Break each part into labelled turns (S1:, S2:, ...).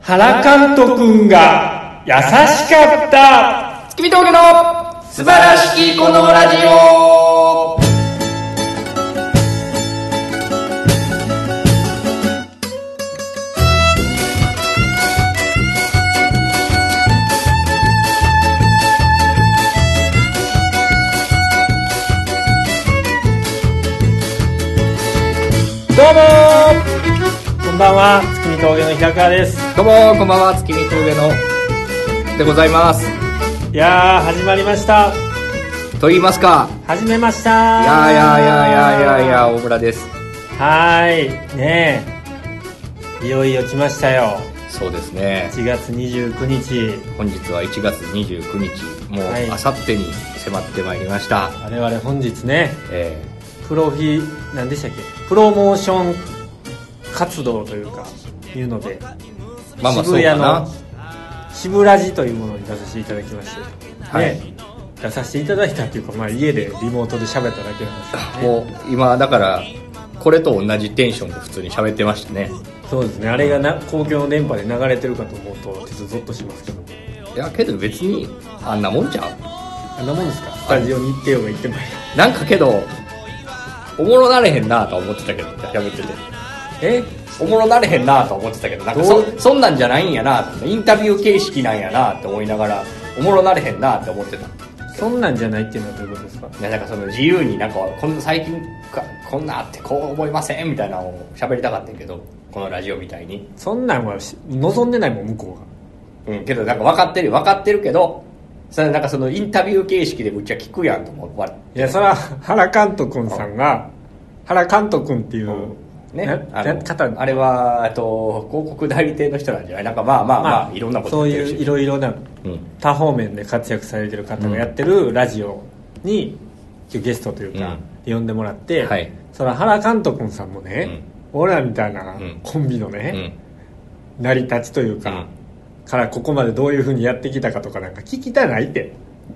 S1: 原監督が優しかった
S2: 月見峠の素晴らしきこのラジオ
S1: どうもこんばんは月見峠の平川です
S2: どうもこんばんは月見峠のでございます
S1: いやー始まりました
S2: と言いますか
S1: 始めました
S2: いやいやいやいやいやいや大村です
S1: はーいねえいよいよ来ましたよ
S2: そうですね
S1: 1月29日
S2: 本日は1月29日もう
S1: はい
S2: あさってに迫ってまいりました、
S1: 我々本日ね
S2: え
S1: プロフィ何でしたっけプロモーション活動というかいうので
S2: ー、まあまあそう
S1: 渋
S2: か
S1: 谷
S2: な
S1: の渋ラジというものに出させていただきまして、
S2: はい
S1: ね出させていただいたというか、まあ、家でリモートで喋っただけなんですけどね
S2: もう今だからこれと同じテンションで普通に喋ってましたね
S1: そうですねあれがな公共の電波で流れてるかと思うとちょっとゾッとしますけど
S2: いやけど別にあんなもんじゃん
S1: あんなもんですかスタジオに行ってようが行ってもいい
S2: なんかけどおもろなれへんなとは思ってたけどやめてて
S1: え
S2: おもろなれへんなとは思ってたけどなんか
S1: ど
S2: そうそんなんじゃないんやなとインタビュー形式なんやなって思いながらおもろなれへんなって思ってた
S1: そんなんじゃないっていうのはどういうことですか
S2: ねなんかその自由になんかこん最近かこんなあってこう思いませんみたいなのを喋りたかったんやけどこのラジオみたいに
S1: そんなんはし望んでないもん向こ
S2: うんけどなんか分かってる分かってるけどそれなんかそのインタビュー形式でむっちゃ聞くやんと思うわ
S1: うがいやそれは原監督さんが原監督っていう、
S2: ね
S1: な
S2: あ
S1: な方
S2: のあれはえっと広告代理店の人なんじゃないなんかまあまあまあいろんなこと
S1: そう
S2: やってるし
S1: いういろいろな
S2: うん
S1: 多方面で活躍されてる方がやってるラジオに、ゲストというか、呼んでもらって、
S2: はい
S1: その原監督さんもね、俺らみたいなんコンビの
S2: う
S1: ね、
S2: ん
S1: 成り立ちというか、
S2: うん
S1: からここまでどういうふうにやってきたかとかなんか聞きたないって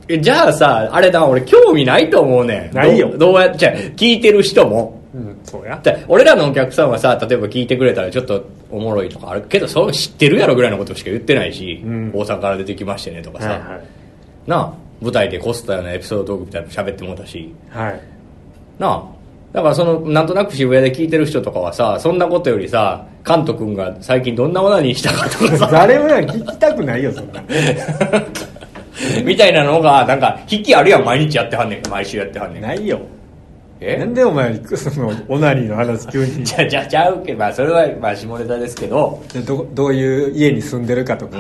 S2: えじゃあさあれだ俺興味ないと思うねん
S1: ないよ
S2: どうどうやっちゃ聞いてる人も
S1: うんそうや
S2: だって俺らのお客さんはさ例えば聞いてくれたらちょっとおもろいとかあるけどそう知ってるやろぐらいのことしか言ってないし、
S1: ん
S2: 大阪から出てきましてねとかさ、
S1: はいはい
S2: なあ舞台でこすったようなエピソードトークみたいなの喋ってもうたし
S1: はい
S2: なあだからそのなんとなく渋谷で聞いてる人とかはさそんなことよりさカント君が最近どんなオナニーしたかとか さ
S1: 誰もや聞きたくないよそん な
S2: みたいなのがなんか引きあるやん毎日やってはんねん毎週やってはんねん
S1: ないよ
S2: え
S1: なんでお前そのオナニーの話急に
S2: じゃじゃちゃうけど、まあ、それは、まあ、下ネタですけど、
S1: で どどういう家に住んでるかとか、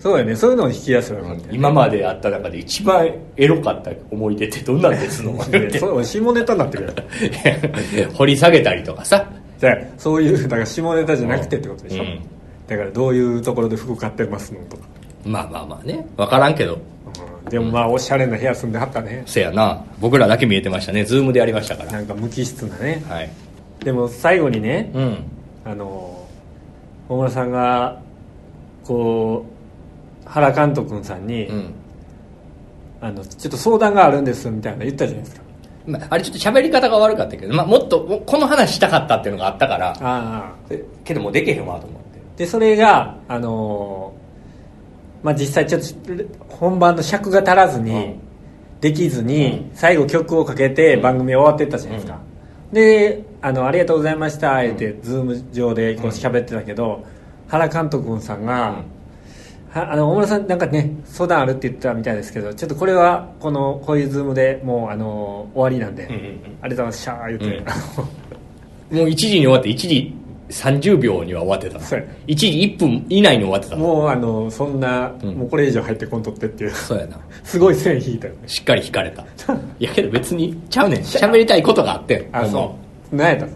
S1: そうやねそういうのを引き出せばよかったよね
S2: 今まであった中で一番エロかった思い出ってどんなんですの
S1: でそう下ネタになってくる
S2: 掘り下げたりとかさ。
S1: じゃあそういうだから下ネタじゃなくてってことでしょ、
S2: うん
S1: だからどういうところで服買ってますのとか、
S2: まあまあまあね、わからんけど、
S1: うんでもまあおしゃれな部屋住んではったね
S2: せやな、僕らだけ見えてましたね、ズームでやりましたから。
S1: なんか無機質なね
S2: はい。
S1: でも最後にね
S2: うん。
S1: あの大村さんがこう原監督さんに、
S2: うん。
S1: あの「ちょっと相談があるんです」みたいな言ったじゃないですか
S2: まあ、あれちょっと喋り方が悪かったけど、まあ、もっと、もうこの話したかったっていうのがあったから、
S1: ああ
S2: えけどもうでけへんわと思って。
S1: でそれがあのーまあ実際ちょっと本番の尺が足らずに、
S2: うん
S1: できずに、最後曲をかけて番組終わってったじゃないですか、であの「ありがとうございました」言って、ズーム上でこう喋ってたけど、原監督さんが、はあの大村さんなんかね相談あるって言ってたみたいですけどちょっとこれはこのこういうズームでもうあの終わりなんで、
S2: うんう
S1: あ
S2: ん
S1: りがとうございました言って、
S2: うん
S1: あの
S2: もう1時に終わって、1時30秒には終わってた。
S1: そうや
S2: 1時1分以内に終わってた。
S1: もうあのそんな、
S2: うん
S1: もうこれ以上入ってこんとってっていう
S2: そうやな。
S1: すごい線引いたよね
S2: しっかり引かれ たいやけど別にちゃうねん喋りたいことがあってん
S1: あ
S2: ほんま
S1: そう何やったの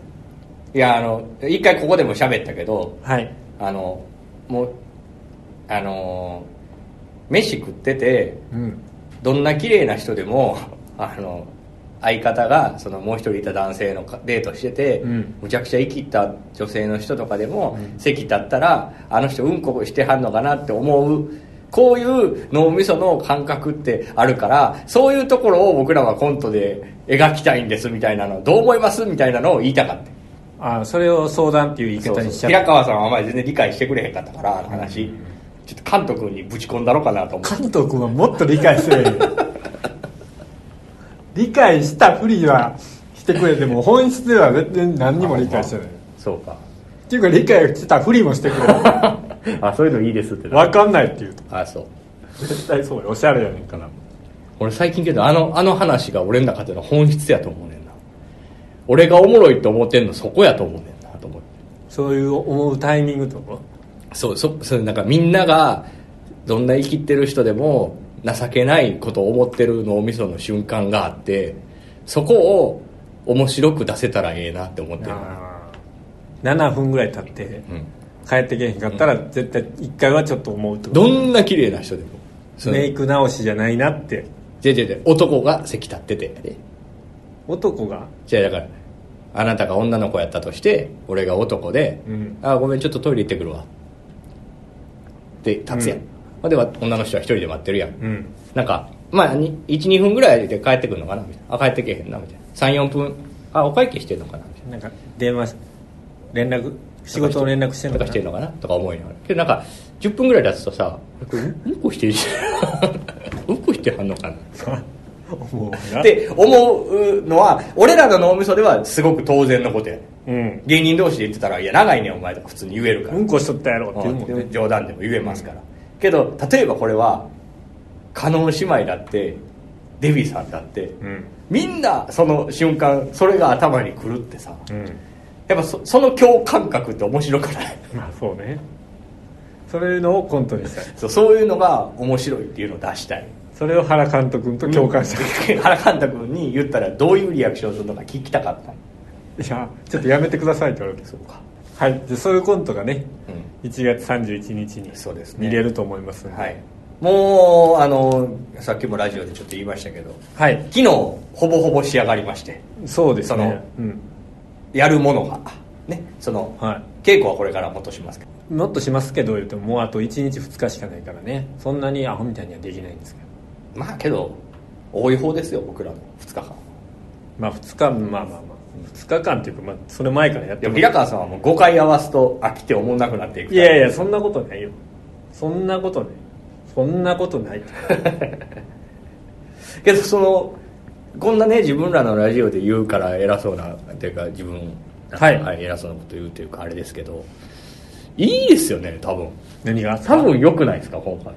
S2: いやあの一回ここでも喋ったけど
S1: はい
S2: あのもうあのー飯食ってて
S1: うん
S2: どんな綺麗な人でも あの相方がそのもう一人いた男性のかデートしてて、
S1: うん
S2: むちゃくちゃ生きった女性の人とかでも、
S1: うん
S2: 席立ったらあの人うんこしてはんのかなって思うこういう脳みその感覚ってあるからそういうところを僕らはコントで描きたいんですみたいなのどう思いますみたいなのを言いたかった
S1: あそれを相談っていう言い
S2: そう
S1: 方
S2: そう
S1: にしちゃ
S2: 平
S1: う
S2: 川さんはあまり全然理解してくれへんかったからあの話ちょっと関東君にぶち込んだのかなと思って
S1: 関東君はもっと理解すればいい 理解したふりはしてくれても本質では全然何にも理解してない
S2: そうか
S1: っていうか理解してたふりもしてくれない
S2: あそういうのいいですって
S1: 分かんないって言うと
S2: あそう
S1: 絶対そうよおしゃれやねんから
S2: 俺最近けどあのあの話が俺の中での本質やと思うねんな俺がおもろいと思ってんのそこやと思うねんなと思って
S1: そういう思うタイミングとか
S2: そうそそれなんかみんながどんな生きてる人でも情けないことを思ってる脳みその瞬間があってそこを面白く出せたらええなって思ってる、
S1: 7分ぐらい経って
S2: うん、
S1: 帰ってけへんかったら絶対1回はちょっと思うってこと
S2: どんな綺麗な人でもその
S1: メイク直しじゃないなって
S2: 違う違う違う男が席立ってて
S1: 男が
S2: じゃあだからあなたが女の子やったとして俺が男で「
S1: うん
S2: あごめんちょっとトイレ行ってくるわ」で立つやん、
S1: うん
S2: まあでは女の人は一人で待ってるやん、
S1: うん
S2: なんかまあ12分ぐらいで帰ってくるのかなみたいなあ帰ってけへんなみたいな34分あお会計してんのかなみたいな
S1: なんか電話し連絡仕事の連絡してん
S2: と
S1: の
S2: か
S1: か
S2: し
S1: な
S2: てんのかなとか思いながらけどなんか10分ぐらい経つとさこれうんこしてるじゃん うんこしてはんのかな
S1: 思うな
S2: って思うのは俺らの脳みそではすごく当然のことやね
S1: うん
S2: 芸人同士で言ってたら「いや長いねんお前」とか普通に言えるから、
S1: うんこしとったやろって言うもん
S2: う
S1: ね
S2: ん冗談でも言えますから、けど例えばこれは加納姉妹だってデビーさんだって、
S1: うん
S2: みんなその瞬間それが頭にくるってさ
S1: うん
S2: やっぱそその共感覚って面白くない
S1: まあそうねそういうのをコントにしたい
S2: そうそういうのが面白いっていうのを出したい
S1: それを原監督と共感したい
S2: 原監督に言ったらどういうリアクションするのか聞きたかった
S1: いやちょっとやめてくださいって言われて
S2: そうか
S1: はいじゃあそういうコントがね
S2: うん
S1: 1月31日に
S2: そうですね
S1: 見れると思いますんで
S2: はい、もうあのさっきもラジオでちょっと言いましたけど
S1: はい
S2: 昨日ほぼほぼ仕上がりまして
S1: そうですね
S2: そ
S1: うん
S2: やるものがねその、
S1: は
S2: 稽古はこれからもっとしますけど
S1: いもっとしますけど言ってももうあと1日2日しかないからねそんなにアホみたいにはできないんですけど
S2: まあけど多い方ですよ僕らの2日間
S1: まあ2日まあまあまあ2日間っていうかまあそれ前からやっ
S2: で
S1: て
S2: も
S1: ます
S2: 平川さんはもう5回合わすと飽きて思んなくなっていく
S1: いやいやそんなことないよそんなことないそんなこと ない
S2: けどそのこんなね自分らのラジオで言うから偉そうなっていうか自分
S1: はい
S2: 偉そうなこと言うというかあれですけどいいですよね多分
S1: 何が
S2: 多分良くないですか今回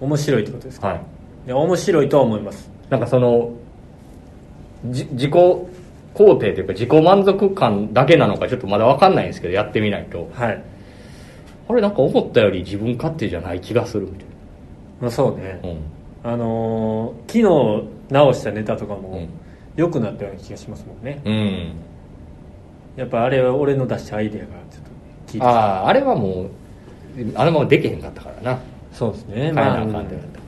S1: 面白いってことですか、
S2: はい
S1: いや面白いとは思います
S2: なんかそのじ自己肯定というか自己満足感だけなのかちょっとまだ分かんないんですけどやってみないと
S1: はい、
S2: あれなんか思ったより自分勝手じゃない気がするみたい
S1: まあ、そうね、
S2: な、うん
S1: あのー昨日直したネタとか
S2: う
S1: も
S2: ん
S1: 良くなったような気がしますもんね
S2: うん、
S1: やっぱあれは俺の出したアイデアがちょっと効いて
S2: あああれはもうあのままできへんかったからな
S1: そうですね
S2: 変え
S1: ま
S2: なあ
S1: あ
S2: かんってなった、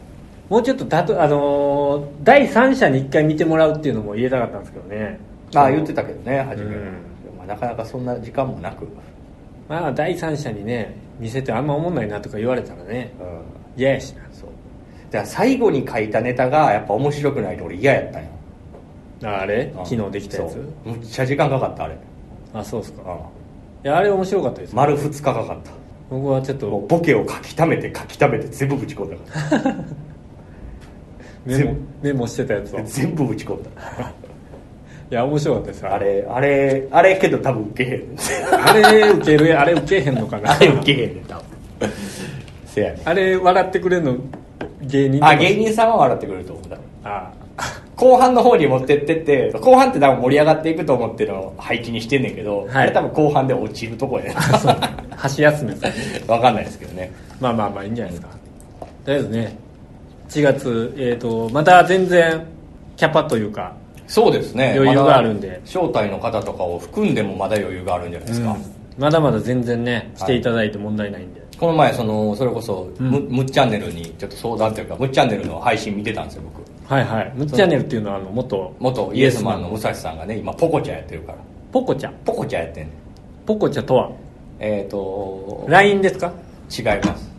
S1: もうちょっとたと、あのー第三者に一回見てもらうっていうのも言えたかったんですけどね
S2: ああ言ってたけどね初めは、
S1: うん
S2: まあ、なかなかそんな時間もなく、
S1: まあ第三者にね見せてあんま思んないなとか言われたらね嫌やし
S2: そうだから最後に書いたネタがやっぱ面白くないと俺嫌やったんよ
S1: なあれ
S2: うん
S1: 昨日できたや
S2: そ
S1: つ
S2: うむっちゃ時間かかったあれ、
S1: あそうですか
S2: うん
S1: いやあれ面白かったです
S2: 丸2日かかった
S1: 僕はちょっ
S2: もう
S1: と
S2: ボケを書き溜めて書き溜めて全部ぶち込んだか
S1: メモ
S2: 全
S1: メモしてたやつを
S2: ら
S1: い
S2: 全部ぶち込んだ
S1: や面白かったです
S2: あれあれあれけど多分ウケへん
S1: あれ受けるあれ受けへんのかな
S2: あれウケへんねん多分せやね
S1: あれ笑ってくれるの芸人
S2: あ芸人さんは笑ってくれると思うだ
S1: あ
S2: 後半の方に持ってってって後半って多分盛り上がっていくと思っての配置にしてんねんけど、
S1: はい
S2: あれ多分後半で落ちるとこやね
S1: 箸休めさん
S2: わかんないですけどね
S1: まあまあまあいいんじゃないですかとりあえずね4月、えー、とまた全然キャパというか
S2: そうですね
S1: 余裕があるんで
S2: まだ招待の方とかを含んでもまだ余裕があるんじゃないですか、
S1: まだまだ全然ねしていただいて問題ないんで、
S2: この前そのそれこそ
S1: うん
S2: む、むっちゃんねるにちょっと相談というかむっちゃんねるの配信見てたんですよ僕
S1: はいはいむっちゃんねるっていうのはあの元
S2: 元イエスマンの武蔵さんがね今ポコチャやってるから
S1: ポコちゃん
S2: ポコチャやってんねん
S1: ポコちゃんとは
S2: えっ、ー、と
S1: LINE ですか
S2: 違います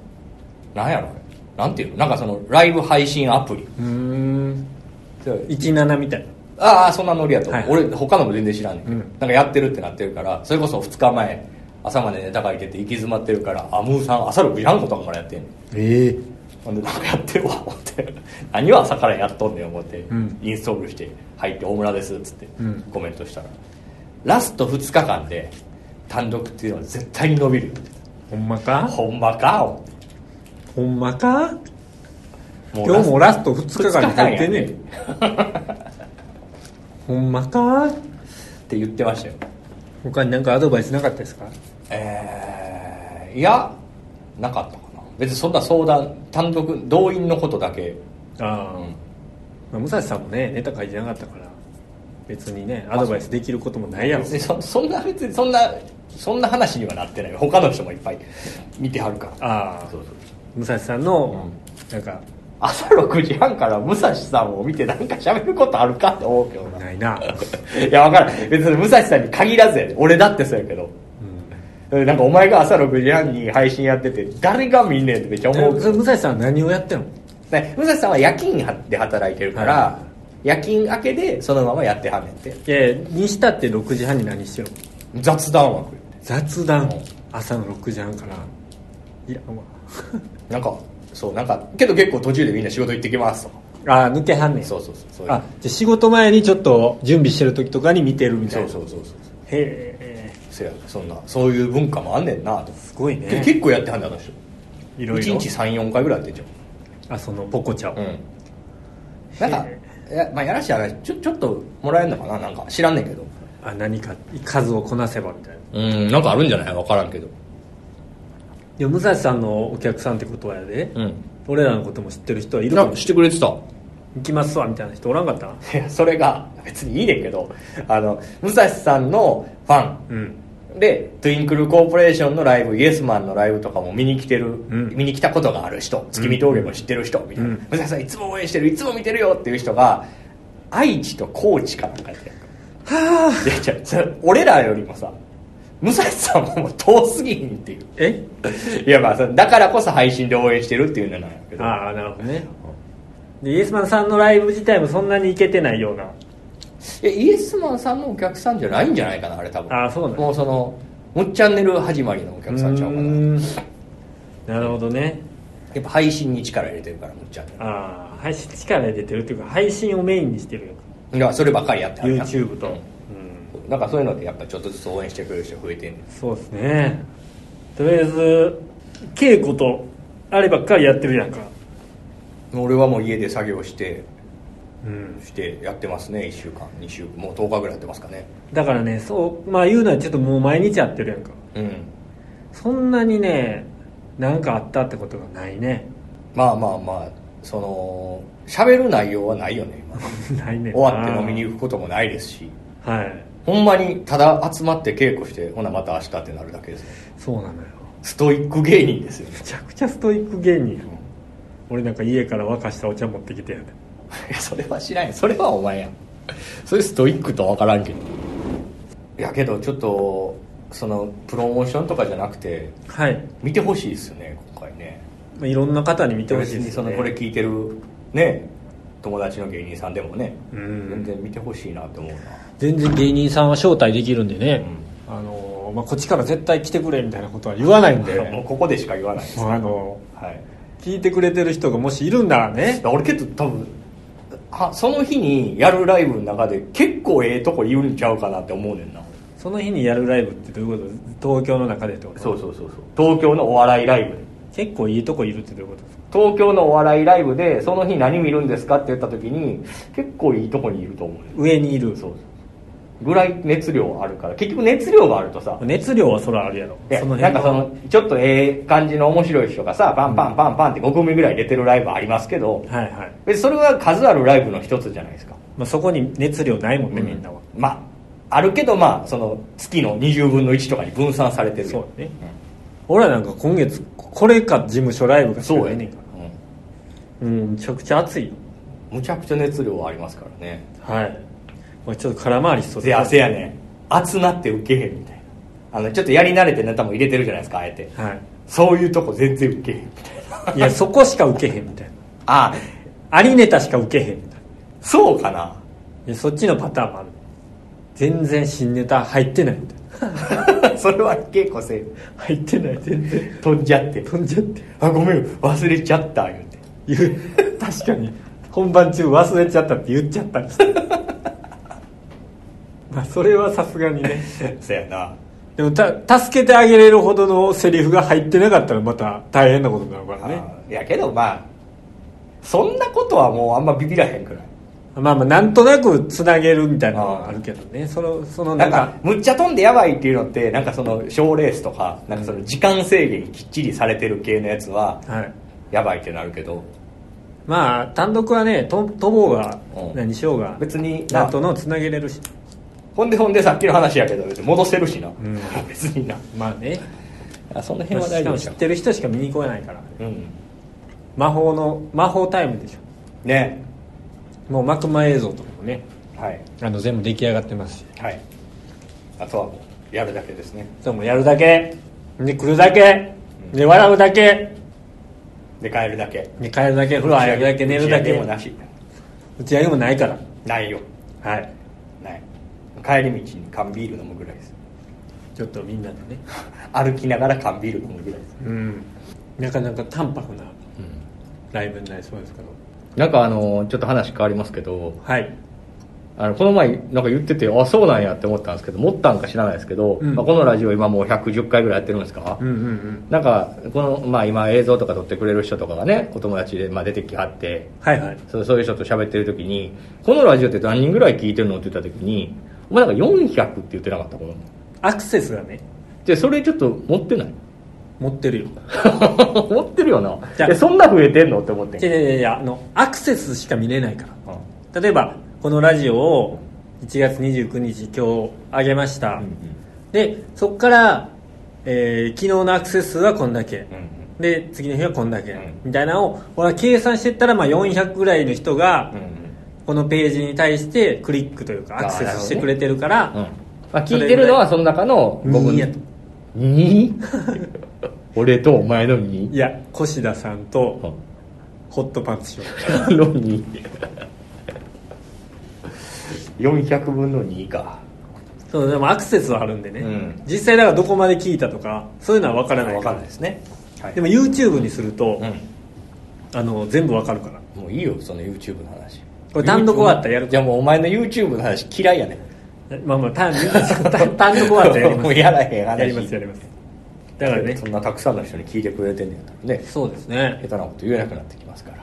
S2: なんやろこれなんていうのなんかそのライブ配信アプリ
S1: うーん
S2: そう
S1: 17みたいな
S2: ああそんなノリやと、
S1: はい
S2: 俺他のも全然知らんねんけど、
S1: うん
S2: なんかやってるってなってるからそれこそ2日前朝までネタ書いてて行き詰まってるからあムーさん朝6時半とかからやってんねん
S1: ええ
S2: ほんでなんかやってるわ思って 何を朝からやっとんねん思って、
S1: ん
S2: インストールして入って大村ですっつって
S1: うん
S2: コメントしたら、ラスト2日間で単独っていうのは絶対に伸びるよ
S1: ほんまか
S2: ほんまか思って
S1: ほんまか
S2: も
S1: 今日も
S2: ラ
S1: ラスト2日間に入ってんね
S2: 二日
S1: ん ほんまか
S2: スって言ってましたよ
S1: 他に何かアドバイスなかったですか
S2: えー、いやなかったかな別にそんな相談単独動員のことだけ
S1: ああ、まあ、武蔵さんもねネタ書いてなかったから別にねアドバイスできることもないやろ
S2: 別にそそんな別にそんなそんな話にはなってない他の人もいっぱい見てはるから
S1: ああ
S2: そうそう
S1: 武蔵さんのなんか
S2: 朝6時半から武蔵さんを見てなんか喋ることあるかって思うけどな
S1: ないな、
S2: いや分からん別に武蔵さんに限らずやで俺だってそうやけどなんかお前が朝6時半に配信やってて誰が見んねんってめっちゃ思
S1: う
S2: う
S1: ん、
S2: けど
S1: それ武蔵さんは何をやってんの
S2: ね武蔵さんは夜勤で働いてるから、
S1: は
S2: 夜勤明けでそのままやってはんねんって
S1: いやいやにしたって6時半に何してるの
S2: 雑談枠
S1: 雑談朝の6時半からいやま
S2: なんかそうなんかけど結構途中でみんな仕事行ってきますとか
S1: ああー抜けはんねん
S2: そうそうそうそういう
S1: あじゃあ仕事前にちょっと準備してる時とかに見てるみた
S2: そ
S1: いうな
S2: そうそうそう
S1: へえ
S2: せやそんなそういう文化もあんねんなと
S1: すごい
S2: けど
S1: ね
S2: 結構やってはんねんあの人
S1: いろい
S2: 1
S1: ろ
S2: 日34回ぐらいやってんじゃん
S1: あそのポコチャを、
S2: うんなんか
S1: へ
S2: や,、まあ、やらしい話ちょちょっともらえるのかななんか知らんねんけど
S1: あ何か数をこなせばみたいな
S2: うんなんかあるんじゃない分からんけど
S1: でも武蔵さんのお客さんってことはやで、
S2: うん
S1: 俺らのことも知ってる人はいるかもし
S2: してくれてた
S1: 行きますわみたいな人おらんかった
S2: いやそれが別にいいねんけどあの武蔵さんのファ
S1: うん
S2: ンでトゥインクルコーポレーションのライブイエスマンのライブとかも見に来てる、
S1: ん
S2: 見に来たことがある人月見峠も知ってる人みたいな、
S1: うん
S2: 武蔵さんいつも応援してるいつも見てるよっていう人が愛知と高知かなんかやってる
S1: はあ
S2: いや違うそれ俺らよりもさ武蔵さんはもう遠すぎひんっていう
S1: え
S2: いやまあそれだからこそ配信で応援してるっていうのなんやけど
S1: ああなるほどねでイエスマンさんのライブ自体もそんなに行けてないようない
S2: やイエスマンさんのお客さんじゃないんじゃないかなあれ多分
S1: あーそうなんだ
S2: もうその「むっチャンネル」始まりのお客さんちゃうか
S1: うー
S2: なん
S1: なるほどね
S2: やっぱ配信に力入れてるからむっチャンネ
S1: ああ配信力出てるっていうか配信をメインにしてるよ
S2: ルいやそればっかりやってはるやん
S1: YouTube と、うん
S2: なんかそういうのでやっぱちょっとずつ応援してくれる人増えてんねん
S1: そうですねとりあえず稽古とあればっかりやってるやんか
S2: 俺はもう家で作業して
S1: うん
S2: してやってますね1週間2週間もう10日ぐらいやってますかね
S1: だからねそうまあ言うのはちょっともう毎日やってるやんか
S2: うん
S1: そんなにね何かあったってことがないね
S2: まあまあまあその喋る内容はないよね今
S1: ないね
S2: 終わって飲みに行くこともないですし
S1: あーはい
S2: ほんまにただ集まって稽古してほなまた明日ってなるだけですね
S1: そうなのよ
S2: ストイック芸人ですよね
S1: めちゃくちゃストイック芸人やん俺なんか家から沸かしたお茶持ってきてやで
S2: いやそれは知らんよそれはお前やんそれストイックとは分からんけどいやけどちょっとそのプロモーションとかじゃなくて
S1: はい、
S2: 見てほしいですよね今回ね
S1: まあ、いろんな方に見てほしいで
S2: 別に
S1: す
S2: そ
S1: よ、ね、
S2: のこれ聞いてるね友達の芸人さんでもね、
S1: うん
S2: 全然見てほしいなって思うな
S1: 全然芸人さんは招待できるんでね、あのまあ、こっちから絶対来てくれみたいなことは言わないん で
S2: もうここでしか言わないです、
S1: もうあの
S2: はい
S1: 聞いてくれてる人がもしいるんなら
S2: い
S1: ね
S2: や俺けど多分はその日にやるライブの中で結構ええとこ言うんちゃうかなって思うねんな
S1: その日にやるライブってどういうこと東京の中でってこと
S2: そうそうそうそう東京のお笑いライブで
S1: 結構いいとこいるってどういうことですか
S2: 東京のお笑いライブでその日何見るんですかって言った時に結構いいとこにいると思うねん
S1: 上にいる
S2: そうそうぐらい熱量あるから結局熱量があるとさ
S1: 熱量はそらあるやろ
S2: いや
S1: その
S2: な
S1: 辺
S2: んかそのちょっとええ感じの面白い人がさパンパンパンパンって5組ぐらい出てるライブありますけど
S1: はいはい、
S2: 別にそれは数あるライブの一つじゃないですか
S1: まあ、そこに熱量ないもんね、みんなは
S2: まああるけどまあその月の20分の1とかに分散されてる
S1: そうだね、俺らなんか今月これか事務所ライブがしか
S2: そう
S1: ない
S2: や
S1: ね
S2: ねん
S1: んからうんめちゃくちゃ熱いよ
S2: むちゃくちゃ熱量はありますからね
S1: はいこれちょっと空回りしそう
S2: せやせやねん集まってウケへんみたいなあのちょっとやり慣れてネタも入れてるじゃないですかあえて
S1: は
S2: そういうとこ全然ウケへんみたいない
S1: いやそこしか受けへんみたいな
S2: あ
S1: ありネタしか受けへんみたいな
S2: そうかな
S1: でそっちのパターンもある全然新ネタ入ってないみたいな
S2: それは結構せ
S1: 入ってない全然
S2: 飛んじゃって
S1: 飛んじゃって
S2: あごめん忘れちゃった言
S1: 言
S2: うて
S1: う 確かに本番中忘れちゃったって言っちゃったりして まあそれはさすがにね
S2: そやな
S1: でもた助けてあげれるほどのセリフが入ってなかったらまた大変なことになるからね
S2: あーやけどまあそんなことはもうあんまビビらへんくらい
S1: まあまあなんとなくつなげるみたいなのはあるけどねそのその
S2: な
S1: なんん
S2: か
S1: か
S2: むっちゃ飛んでやばいっていうのってなんかその賞レースとかなんかその時間制限きっちりされてる系のやつは
S1: はい
S2: やばいってなるけど
S1: まあ単独はねと飛ぼうが
S2: うん
S1: 何しようが
S2: 別に
S1: な
S2: なん
S1: とのつなげれるし
S2: ほんでほんでさっきの話やけど戻せるしな、
S1: ん
S2: 別にな
S1: まあね
S2: あその辺は
S1: し
S2: 大
S1: か
S2: 丈
S1: も
S2: 夫
S1: 知
S2: じゃ
S1: っ
S2: ん
S1: てる人しか見に来れないから
S2: うん
S1: 魔法の魔法タイムでし
S2: ね
S1: ょもう幕間映像とかもね
S2: はい
S1: あの全部出来上がってますし
S2: はいあとはもうやるだけですね
S1: でもやるだけで来るだけで笑うだけ
S2: で帰るだけ
S1: で帰るだけ風呂入るだけ寝るだ
S2: 打ち
S1: け
S2: 上げもなし
S1: 打ち上げもないから
S2: ないよ
S1: はい
S2: ない帰り道に缶ビール飲むぐらいです
S1: ちょっとみんなでね
S2: 歩きながら缶ビール飲むぐらいです
S1: うんなかなか淡白なライブになりそうですけど
S2: なんかあのちょっと話変わりますけど
S1: はい
S2: あのこの前なんか言っててあそうなんやって思ったんですけど持ったんか知らないですけど、
S1: うん
S2: まあ、このラジオ今もう110回ぐらいやってるんですか、
S1: うんうんうん
S2: なんかこの、まあ、今映像とか撮ってくれる人とかがねお友達でまあ出てきはって
S1: はいはい
S2: そうそういう人と喋ってる時にこのラジオって何人ぐらい聞いてるのって言った時にお前なんか400って言ってなかったこの
S1: アクセスがね
S2: でそれちょっと持ってない
S1: 持ってるよ
S2: 持ってるよな
S1: じゃあ
S2: えそんな増えてんのって思って
S1: いや
S2: ん
S1: いやいやいやあのアクセスしか見れないか
S2: うん
S1: ら例えばこのラジオを1月29日今日上げました、
S2: うん
S1: でそこから、えー昨日のアクセス数はこんだけ、
S2: うんうん
S1: で次の日はこんだけ、
S2: うん
S1: みたいなのを俺は計算してったらまあ400ぐらいの人が
S2: うんうん
S1: このページに対してクリックというかアクセスしてくれてるから
S2: うんまあ、聞いてるのはその中の5分
S1: 2やと
S2: 2? 俺とお前の 2?
S1: いや小志田さん
S2: う
S1: と
S2: ん
S1: ホットパンツ師匠
S2: の2 400分の2か
S1: そうでもアクセスはあるんでね、
S2: うん
S1: 実際だからどこまで聞いたとかそういうのは分からない
S2: 分
S1: か
S2: からんないですね、はい
S1: でも YouTube にすると、
S2: う
S1: あの全部分かるから
S2: んもういいよその YouTube の話
S1: これ単独終わったらやる
S2: じゃあもうお前の YouTube の話嫌いやね
S1: まあまあ単単単独終わったらやりま
S2: も
S1: す
S2: うやらへん話
S1: やりますやりますだからね
S2: そんなたくさんの人に聞いてくれてんねやったらね
S1: そうです
S2: 下
S1: ね
S2: 手なこと言えなくなってきますから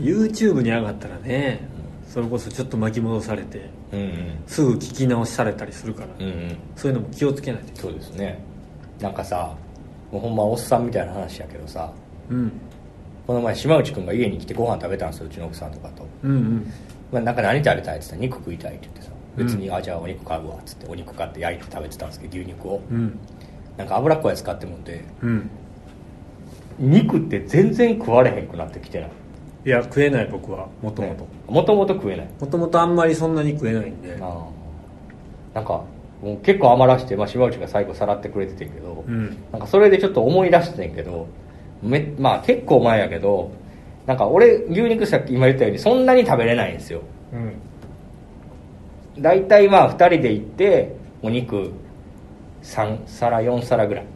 S1: YouTube に上がったらねそれこそちょっと巻き戻されて
S2: うん
S1: すぐ聞き直しされたりするから、
S2: うんうん
S1: そういうのも気をつけないと
S2: そうですねなんかさもうほんまおっさんみたいな話やけどさ
S1: うん
S2: この前島内くんが家に来てご飯食べたんですようちの奥さんとかと、
S1: うんうん
S2: まあ、なんか何食べたいって言ったら肉食いたいって言ってさ別に、あじゃあお肉買うわっつってお肉買って焼いて食べてたんですけど牛肉を
S1: うん
S2: なんか脂っこいやつ買ってもんで
S1: うん
S2: 肉って全然食われへんくなってきてない
S1: いや食えない僕はもともと
S2: もともと食えない
S1: もともとあんまりそんなに食えないんで
S2: あなんかもう結構余らして、まあ、島内が最後さらってくれててんけど、
S1: うん
S2: なんかそれでちょっと思い出してんけどめまあ結構前やけどなんか俺牛肉さっき今言ったようにそんなに食べれないんですよ
S1: うん
S2: 大体まあ2人で行ってお肉3皿4皿ぐらい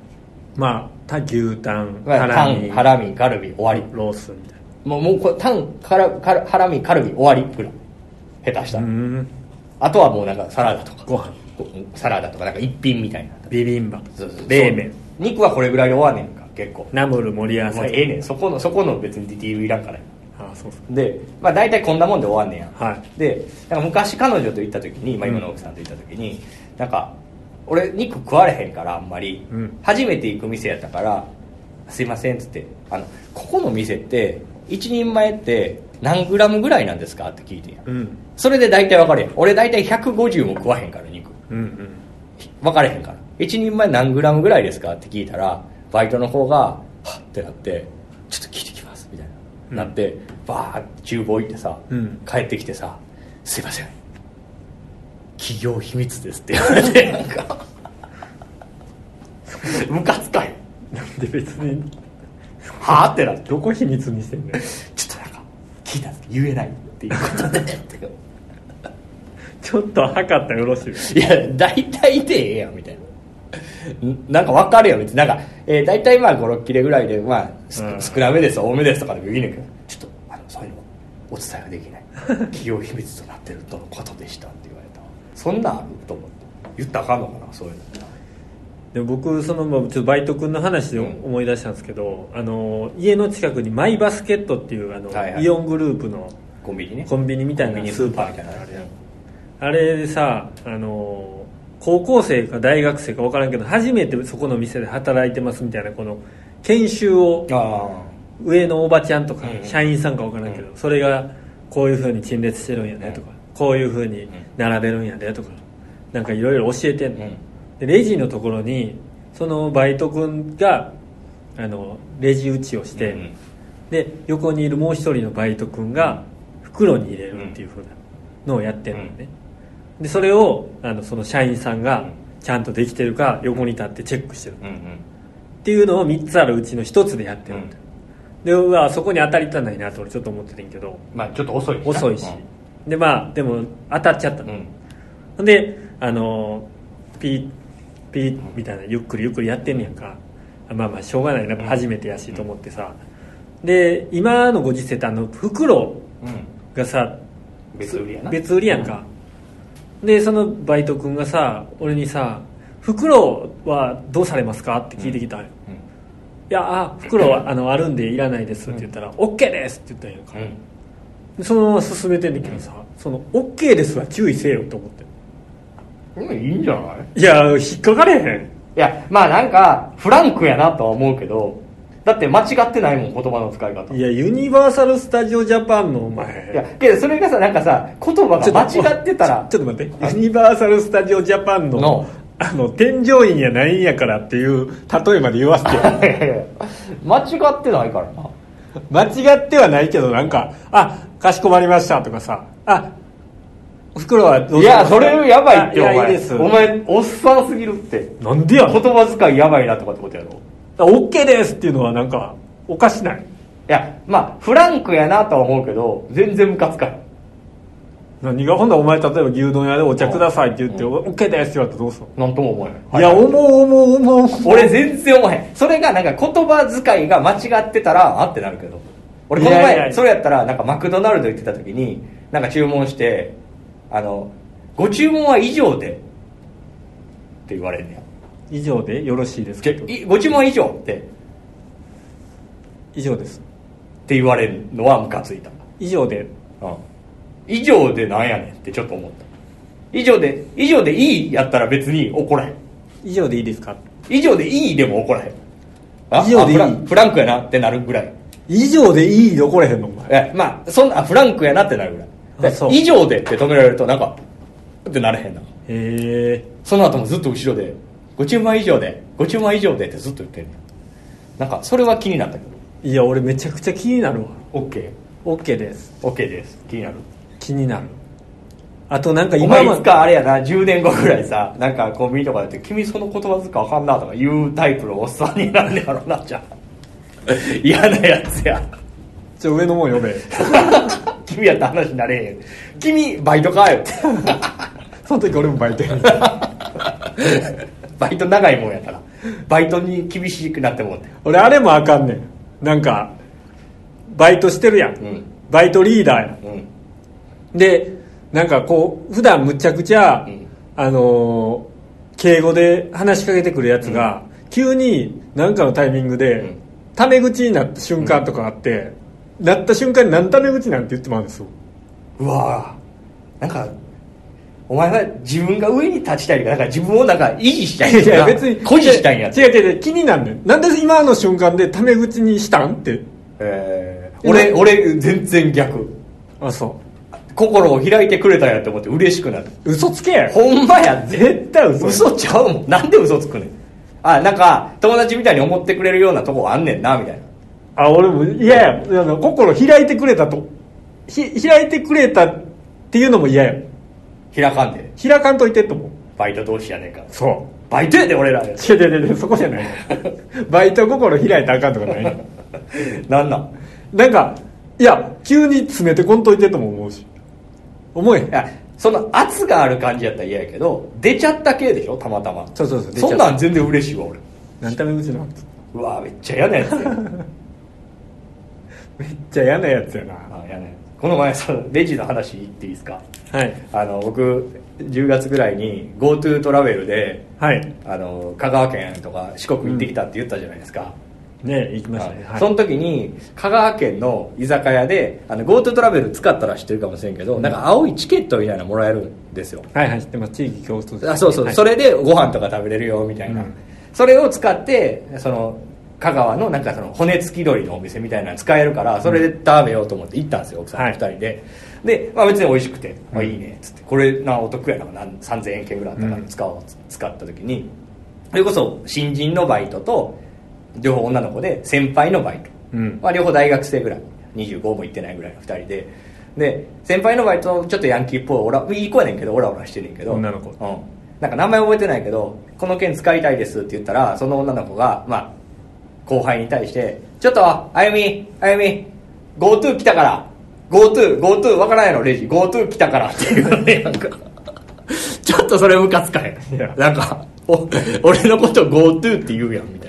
S1: まあた牛タン
S2: まあ
S1: ハ
S2: タ
S1: ラ
S2: ン
S1: ミ
S2: ハラミカルビ終わり
S1: ロースみたい
S2: もうもうこれタンからからハラミカルビ終わりぐらい下手した
S1: なう
S2: ら、
S1: ん
S2: あとはもうなんかサラダとか
S1: ご飯
S2: こサラダとかなんか一品みたいな
S1: ビビンバ
S2: そうそう
S1: 冷麺
S2: 肉はこれぐらいで終わんねんか結構
S1: ナムル盛り合わ
S2: も
S1: せ
S2: うええねんそこのそこの別にディティールいらんから
S1: ああそうそう
S2: でまあ大体こんなもんで終わんねんや
S1: はい
S2: でなんか昔彼女と行った時に、まあ、今の奥さんと行った時に、なんか俺肉食われへんからあんまり、
S1: うん
S2: 初めて行く店やったから「すいません」っつってあの「ここの店って一人前って何グラムぐらいなんですか?」って聞いてんや、
S1: うん
S2: それで大体分かるやん俺大体150も食わへんから肉
S1: うんうん
S2: 分かれへんから「一人前何グラムぐらいですか?」って聞いたらバイトの方が「はっ」ってなって「ちょっと聞いてきます」みたいな、
S1: うん
S2: なってバーって厨房行ってさ、
S1: うん
S2: 帰ってきてさ「すいません企業秘密です」って言われて なんかムカつかへん
S1: なんで別に
S2: はあってなって
S1: どこ秘密にしてんだよ
S2: ちょっとなんか聞いたんですけど言えないっていうことでって
S1: ちょっと測ったらよろしい
S2: いや大体でええやんみたいなななんか分かるやん別になんか、えー、大体まあ56切れぐらいで、まあす
S1: うん
S2: 少なめです多めですとかでもいいねんけどちょっとあのそういうのお伝えができない 企業秘密となってるとのことでしたって言われたわそんなんあると思って言ったらあかんのかなそういうの
S1: で僕そのまあちょっとバイト君の話で
S2: うん
S1: 思い出したんですけど、あの家の近くにマイバスケットっていうあの、
S2: はいはい
S1: イオングループの
S2: コンビニね
S1: コンビニみたい
S2: コンビ
S1: な
S2: ニ
S1: スーパーみたいなのあるやんあれでさあの高校生か大学生か分からんけど初めてそこの店で働いてますみたいなこの研修を
S2: あ
S1: 上のおばちゃんとか
S2: うん
S1: 社員さんか分からんけど、それがこういうふうに陳列してるんやねとか、こういうふうに並べるんやでとかなんかいろいろ教えてんの、
S2: うん
S1: でレジのところにそのバイト君があのレジ打ちをして、
S2: うん
S1: で横にいるもう一人のバイト君が袋に入れるっていうふうなのをやってるのね、でそれをあのその社員さん
S2: う
S1: が
S2: ん
S1: ちゃんとできてるか横に立ってチェックしてる
S2: あうんうん
S1: っていうのを3つあるうちの1つでやってるみたいな、でうわそこに当たりたないなと俺ちょっと思っててんけど
S2: まあちょっと遅いな
S1: 遅いし、でまあでも当たっちゃった
S2: うん
S1: の、
S2: うん
S1: ほんであのーピーピーみたいなゆっくりゆっくりやってんねやんかまあまあしょうがないな
S2: うん
S1: 初めてやしと思ってさ、で今のご時世ってあの袋
S2: うん
S1: がさ
S2: 別売りやな
S1: 別売りやんか、でそのバイト君がさ俺にさ「袋はどうされますか?」って聞いてきたんよ、
S2: う
S1: いやあ袋はあのあるんでいらないですって言ったら「オッケーです」って言ったんやんか
S2: ん、うん
S1: でそのまま進めてんだけどさ「そのオッケーです」は注意せよと思って
S2: うんいいんじゃない
S1: いや引っかかれへん
S2: いや、まあなんか、フランクやなとは思うけど、だって間違ってないもん、言葉の使い方。
S1: いやユニバーサル・スタジオ・ジャパンのお前
S2: いや、けどそれがさ、なんかさ、言葉
S1: ちょ
S2: が
S1: っと
S2: 間違ってたら
S1: ち、ょっと待ってユニバーサル・スタジオ・ジャパンの
S2: の
S1: あの添乗員やないんやからっていう例えまで言わせて
S2: いやいやいや間違ってないからな。
S1: 間違ってはないけどなんか「あかしこまりました」とかさ「あ袋はどうぞ
S2: いや、それやばいって、お
S1: あいや
S2: 前。
S1: いいです
S2: お前、おっさんすぎるって。
S1: なんでや
S2: 言葉遣いやばいなとかってことやろ。
S1: オッケーですっていうのはなんかおかしない
S2: いや、まあ、フランクやなとは思うけど、全然ムカつかない。
S1: 何がほんだらお前例えば牛丼屋でお茶くださいって言って「
S2: うん
S1: オッケーです」って言われたらどうする
S2: なんとも思えない。
S1: の、い、や思う思う思う
S2: 俺全然思わへんそれがなんか言葉遣いが間違ってたらあってなるけど俺この
S1: いやいやい
S2: 前
S1: や
S2: それやったらなんかマクドナルド行ってた時になんか注文して「あのご注文は以上で」って言われんねや
S1: 以上でよろしいです
S2: じゃ
S1: けど
S2: い「ご注文は以上」ってっ
S1: 以上です
S2: て言われるのはムカついた、
S1: 以上で
S2: うん、以上でなんやねんってちょっと思った以上で以上でいいやったら別に怒らへん
S1: 以上でいいですか
S2: 以上でいいでも怒らへんあ
S1: 以上でいい
S2: あフランフランクやなってなるぐらい
S1: 以上でいいどこれへんのお前
S2: えまあそんなあフランクやなってなるぐらいで
S1: あそう
S2: 以上でって止められるとなんかってなれへんな
S1: へえ
S2: その後もずっと後ろでご注文以上でご注文以上でってずっと言ってるなんかそれは気になったけど
S1: いや俺めちゃくちゃ気になるわ
S2: OKOK、
S1: オッケーです
S2: オッケーです気になる
S1: 気になるあとなんか
S2: お
S1: 今
S2: 前い
S1: ま
S2: つかあれやな10年後ぐらいさなんかコンビニとかでって君その言葉遣いわかんなとか言うタイプのおっさんになるんねやろなじゃあ 嫌なやつや
S1: ちょ上のもん呼べ
S2: 君やった話になれへん君バイトかよって
S1: その時俺もバイトやる
S2: バイト長いもんやからバイトに厳しくなってもうて
S1: 俺あれもあかんねんなんかバイトしてるやん、
S2: うん
S1: バイトリーダーやん
S2: うん
S1: でなんかこう普段むちゃくちゃ、
S2: うん
S1: あのー敬語で話しかけてくるやつが、急に何かのタイミングで、
S2: うん
S1: タメ口になった瞬間とかあって、なった瞬間に何タメ口なんて言ってまうんですよ
S2: うわぁなんかお前は自分が上に立ちたいとかなんか自分をなんか維持 したいとか
S1: いや別に
S2: 誇示したいんや
S1: 違う違う違う気になんねんなんで今の瞬間でタメ口にしたんって
S2: えー俺俺全然逆
S1: あそ
S2: 心を開いてくれたんやと思って嬉しくなる
S1: う嘘つけや
S2: ほんまや
S1: 絶対嘘
S2: 嘘ちゃうもんなんで嘘つくねんあなんか友達みたいに思ってくれるようなとこあんねんなみたいな
S1: あ俺も嫌やあの心開いてくれたとひ開いてくれたっていうのも嫌や
S2: 開かんで
S1: 開かんといてと思う
S2: バイト同士やねんから
S1: そう
S2: バイトやで俺ら
S1: 違う違う違うそこじゃないバイト心開いたらあかんとかないね
S2: なんなん
S1: なんかいや急に詰めてこんといてとも思うし思えへん
S2: いやその圧がある感じやったら嫌やけど出ちゃった系でしょたまたま
S1: そうそうそう出ちゃった
S2: そんなん全然嬉しいわ俺
S1: 何ため口の
S2: うわめっちゃ嫌なやつ や
S1: めっちゃ嫌なやつやな
S2: あ嫌なやつこの前そのレジの話言っていいですか
S1: はい
S2: あの僕10月ぐらいに GoTo トラベルで
S1: はい
S2: あの香川県とか四国行ってきたって言ったじゃないですか、
S1: ね行きましたね、
S2: その時に香川県の居酒屋であの GoTo トラベル使ったら知ってるかもしれんけど、なんか青いチケットみたいなのもらえるんですよ
S1: はいはい知ってます地域共通です
S2: あそうそう、
S1: はい
S2: それでご飯とか食べれるよみたいな、
S1: うん
S2: それを使ってその香川のなんかその骨付き鶏のお店みたいなの使えるからそれで食べようと思って行ったんですよ奥さんと2人で、で、まあ、別に美味しくて「まあ、いいね」っつって「これなお得やななん3000円券ぐらいあったから使おう」使った時にそれこそ新人のバイトと両方女の子で先輩のバイト、
S1: うん
S2: まあ、両方大学生ぐらい25も行ってないぐらいの2人でで先輩のバイトちょっとヤンキーっぽいオラいい子やねんけどオラオラしてんねんけど
S1: 女の子
S2: うん、なんか名前覚えてないけど「この件使いたいです」って言ったらその女の子がまあ後輩に対して「ちょっとあゆみあゆみ GoTo 来たから GoToGoTo わからんやろレジ GoTo 来たから」って言うねなんかちょっとそれムカつかへ
S1: いや
S2: んなんかお俺のこと GoTo って言うやんみたい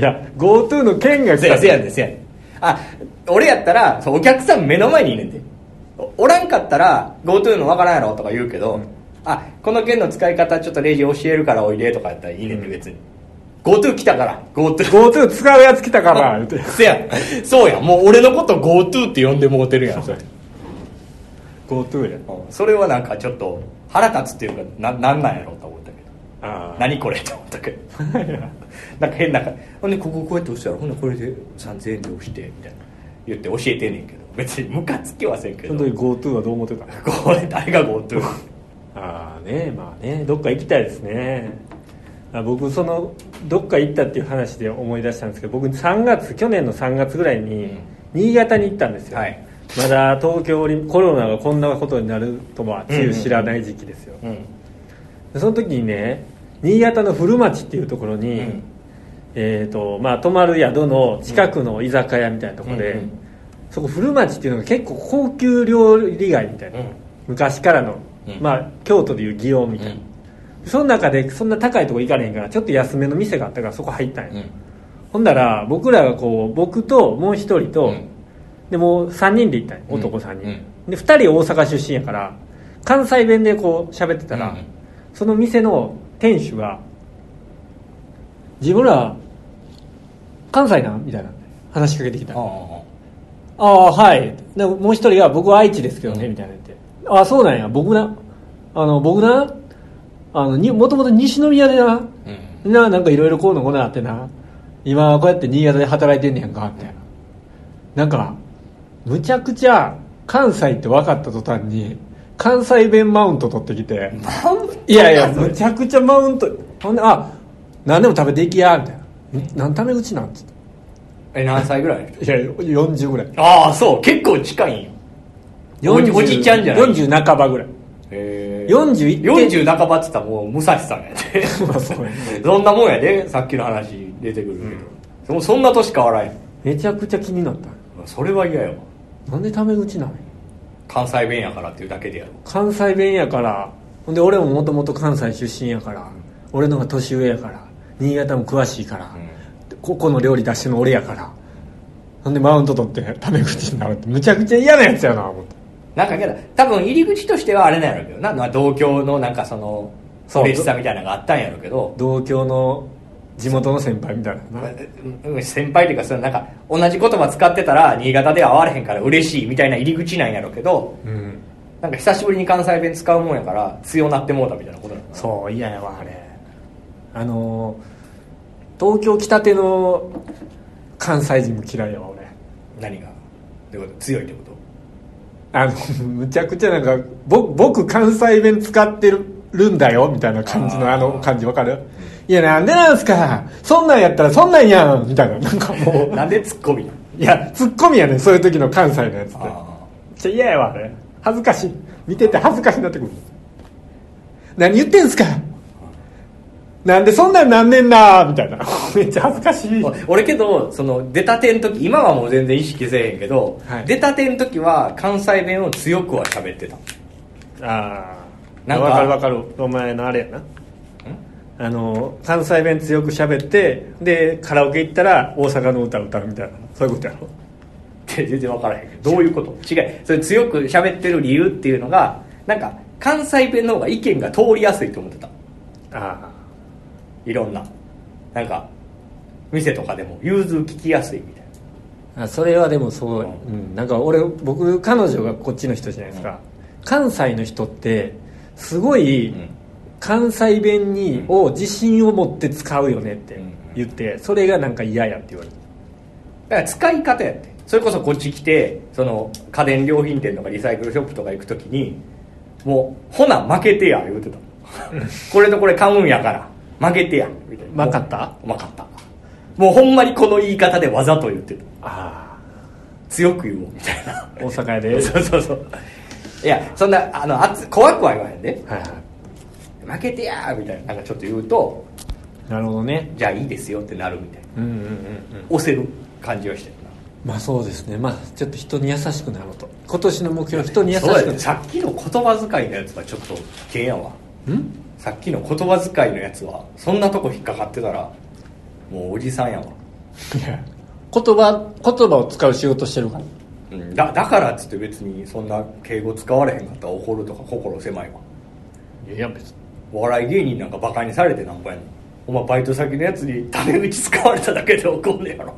S2: ない
S1: や GoTo の件が来
S2: せ
S1: た
S2: やせやねんせやねんあ俺やったらそうお客さん目の前にいんねんでおおらんかったら GoTo のわからんやろとか言うけど、あこの券の使い方ちょっとレジ教えるからおいでとかやったらいいねんで別に、GoTo 来たから GoTo
S1: GoTo 使うやつ来た から言うて
S2: せやんそうやんもう俺のこと GoTo って呼んでもうてるやんそれ
S1: GoTo や
S2: うんそれはなんかちょっと腹立つっていうかななんなんやろと思ったけど
S1: あ
S2: 何これって思ったけど なんか変な感じほんでこここうやって押したらほんでこれで3000円で押してみたいな言って教えてんねんけど別にムカつきはせんけ
S1: そ
S2: ど
S1: の時 GoTo はどう思ってた
S2: これ誰が GoTo
S1: ああねまあねどっか行きたいですねあ僕そのどっか行ったっていう話で思い出したんですけど僕3月去年の3月ぐらいに新潟に行ったんですよ、
S2: はい
S1: まだ東京オリンコロナがこんなことになるとはつゆ知らない時期ですよ、
S2: うん
S1: でその時にね新潟の古町っていうところに、
S2: うん
S1: えーとまあ、泊まる宿の近くの居酒屋みたいなところで、
S2: うんうん
S1: そこ古町っていうのが結構高級料理街みたいな、
S2: うん
S1: 昔からの、
S2: うん
S1: まあ、京都でいう祇園みたいな、その中でそんな高いとこ行かれへんからちょっと安めの店があったからそこ入ったんや、ほんだら僕らがこう僕ともう一人と、
S2: うん
S1: でもう3人で行ったんや
S2: うん
S1: 男3人、
S2: う
S1: で2人大阪出身やから関西弁でこう喋ってたら、
S2: うん
S1: その店の店主が「自分ら関西なん?」みたいな話しかけてきた
S2: ああ
S1: ああはいでもう一人が「僕は愛知ですけどね」みたいな言って「ああそうなんや僕なあの僕なあのにもともと西宮でな
S2: うん
S1: ななんかいろいろこうのこうなあってな今こうやって新潟で働いてんねやんかみたいななんかむちゃくちゃ関西って分かった途端に関西弁マウント取ってきていやいやむちゃくちゃマウントほんであ何でも食べていきやみたいな何ため口なんつっ
S2: え何歳ぐらいの人
S1: ていや40ぐらい
S2: ああそう結構近いんよおじ
S1: 40
S2: おじちゃんじゃない
S1: 40半ばぐらい
S2: へ
S1: 41
S2: 40半ばっつったらもう武蔵さんやで
S1: まあそうや
S2: そんなもんやでさっきの話出てくるけど、もうそんな年変わらへん
S1: めちゃくちゃ気になった
S2: それは嫌やわ
S1: なんでタメ口なんや
S2: 関西弁やからっていうだけでやろ
S1: 関西弁やからほんで俺ももともと関西出身やから俺のが年上やから新潟も詳しいから、ここの料理出してんの俺やからほんでマウント取ってタメ口になるってむちゃくちゃ嫌なやつやな思って
S2: なんかけど多分入り口としてはあれなんやろうけどなまあ同郷のなんかその
S1: そう
S2: 嬉しさみたいなのがあったんやろうけど
S1: 同郷の地元の先輩みたいな
S2: まあうん先輩っていうかそのなんか同じ言葉使ってたら新潟では会われへんから嬉しいみたいな入り口なんやろうけど
S1: うん
S2: なんか久しぶりに関西弁使うもんやから強なってもうたみたいなことなのかな
S1: そう嫌やわあれあのー東京来たての関西人も嫌いやわ俺
S2: 何がどういうこと強いってこと
S1: あのむちゃくちゃなんかぼ僕関西弁使ってるんだよみたいな感じの
S2: あー
S1: あの感じわかるいやなんでなんすかそんなんやったらそんなんやんみたいななんかもう
S2: なんでツッコミなの
S1: いやツッコミやねんそういう時の関西のやつって
S2: あ
S1: ちょ嫌やわあれ恥ずかしい見てて恥ずかしになってくる何言ってんすかなんでそんなんなんねんなみたいなめっちゃ恥ずかしい
S2: ー俺けどその出たてん時今はもう全然意識せえへんけど、
S1: はい
S2: 出たてん時は関西弁を強くは喋ってた
S1: ああ
S3: なんか
S1: わかるわかるお前のあれやなあの関西弁強く喋ってでカラオケ行ったら大阪の歌歌うみたいなそういうことやろ
S2: って全然分からへんけどどういうこと違うそれ強く喋ってる理由っていうのがなんか関西弁の方が意見が通りやすいと思ってた
S1: あ
S2: いろんななんか店とかでも融通聞きやすいみたい
S1: あそれはでもそう、
S2: う
S1: うん、なんか俺僕彼女がこっちの人じゃないですか、関西の人ってすごい、
S3: ん
S1: 関西弁に、を自信を持って使うよねって
S3: ん
S1: 言って、それがなんか嫌やって言われて
S2: なだから使い方やってそれこそこっち来てその家電良品店とかリサイクルショップとか行く時にもうほな負けてや言うてたこれとこれ買うんやから負けてやみたいな
S1: 分かった
S2: 分かったもうほんまにこの言い方でわざと言ってた
S1: あ
S2: 強く言おうみたいな
S1: あ大阪や で
S2: そうそうそういやそんなあのあつ怖くは言わへんで
S1: はいは
S2: 負けてやーみたいななんかちょっと言うと
S1: いなるほどね
S2: じゃあいいですよってなるみたい
S1: う
S2: な
S1: んうんうんうん
S2: 押せる感じはしてるな
S1: まあそうですねまあちょっと人に優しくなろうと今年の目標人に優しく
S2: そう
S1: な
S2: や
S1: ろ
S2: ねさっきの言葉遣いのやつはちょっと危険やわ
S1: ううん
S2: さっきの言葉遣いのやつはそんなとこ引っかかってたらもうおじさんやわ、
S1: いや言葉言葉を使う仕事してるから
S2: うん、だだからっつって別にそんな敬語使われへんかったら怒るとか心狭いわ
S1: いやいや別に
S2: お笑い芸人なんかバカにされてなんぼやねんお前バイト先のやつにタメ口使われただけで怒んねやろ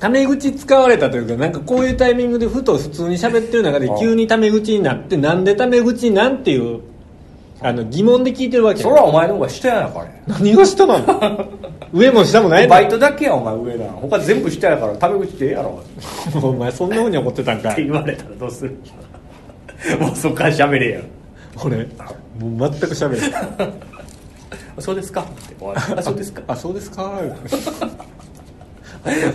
S1: タメ口使われたというかなんかこういうタイミングでふと普通に喋ってる中で
S2: ああ
S1: 急にタメ口になってなんでタメ口なんていうあの疑問で聞いてるわけ
S2: それはお前の方が下やからね
S1: 何が下な の上も下もない
S2: バイトだけやお前上な他全部下やからタメ口でええやろ
S1: トお前そんなふうに怒ってたんか
S2: っ て
S1: い
S2: 言われたらどうするもうそっから喋れや
S1: 俺もう全く喋れない
S2: そうですかって終わるあそうですか
S1: あそう ですか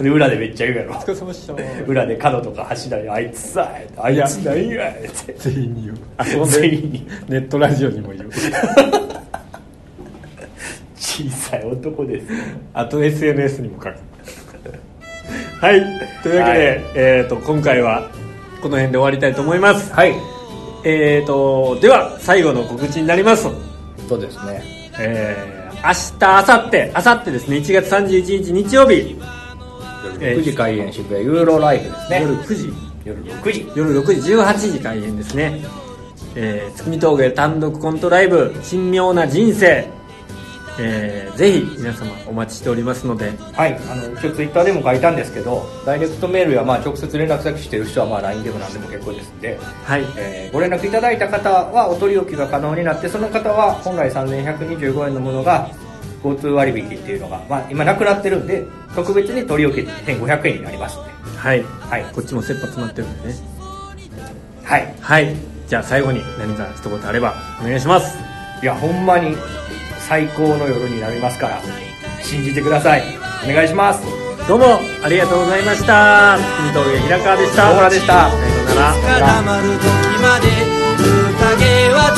S2: で 裏でめっちゃ言うやろ
S1: お疲れ様でした
S2: 裏で角とか柱にあいつさあいつなんやって
S1: 全員に言う遊んで
S2: 全員に
S1: ネットラジオにも言う
S2: 小さい男です
S1: あと SNS にも書くはいというわけで、
S2: はい
S1: えー、と今回はこの辺で終わりたいと思います
S3: はい
S1: えー、とでは最後の告知になります
S3: そうですね
S1: えー、明日明後日明後日ですね1月31日日曜日、えー
S3: 9時開演渋谷ユーロライフですね
S1: 夜9時
S2: 夜6時
S1: 夜6時18時開演ですね、えー、月見峠単独コントライブ「珍妙な人生」えー、ぜひ皆様お待ちしておりますので
S2: はいあの一応ツイッターでも書いたんですけどダイレクトメールやまあ直接連絡先してる人はまあ LINE でも何でも結構ですんで
S1: はい
S2: えーご連絡いただいた方はお取り置きが可能になってその方は本来3125円のものが GoTo 割引っていうのが、まあ、今なくなってるんで特別に取り置き1500円になりますんで
S1: はい、
S2: はい
S1: こっちも切羽詰まってるんでね
S2: はい
S1: はいじゃあ最後に何か一言あればお願いします
S2: いやほんまに最高の夜になりますから信じてくださいお願いします
S1: どうもありがとうございました月見峠平川でした
S2: 小原でした
S1: さようなら
S4: が黙る時まで宴は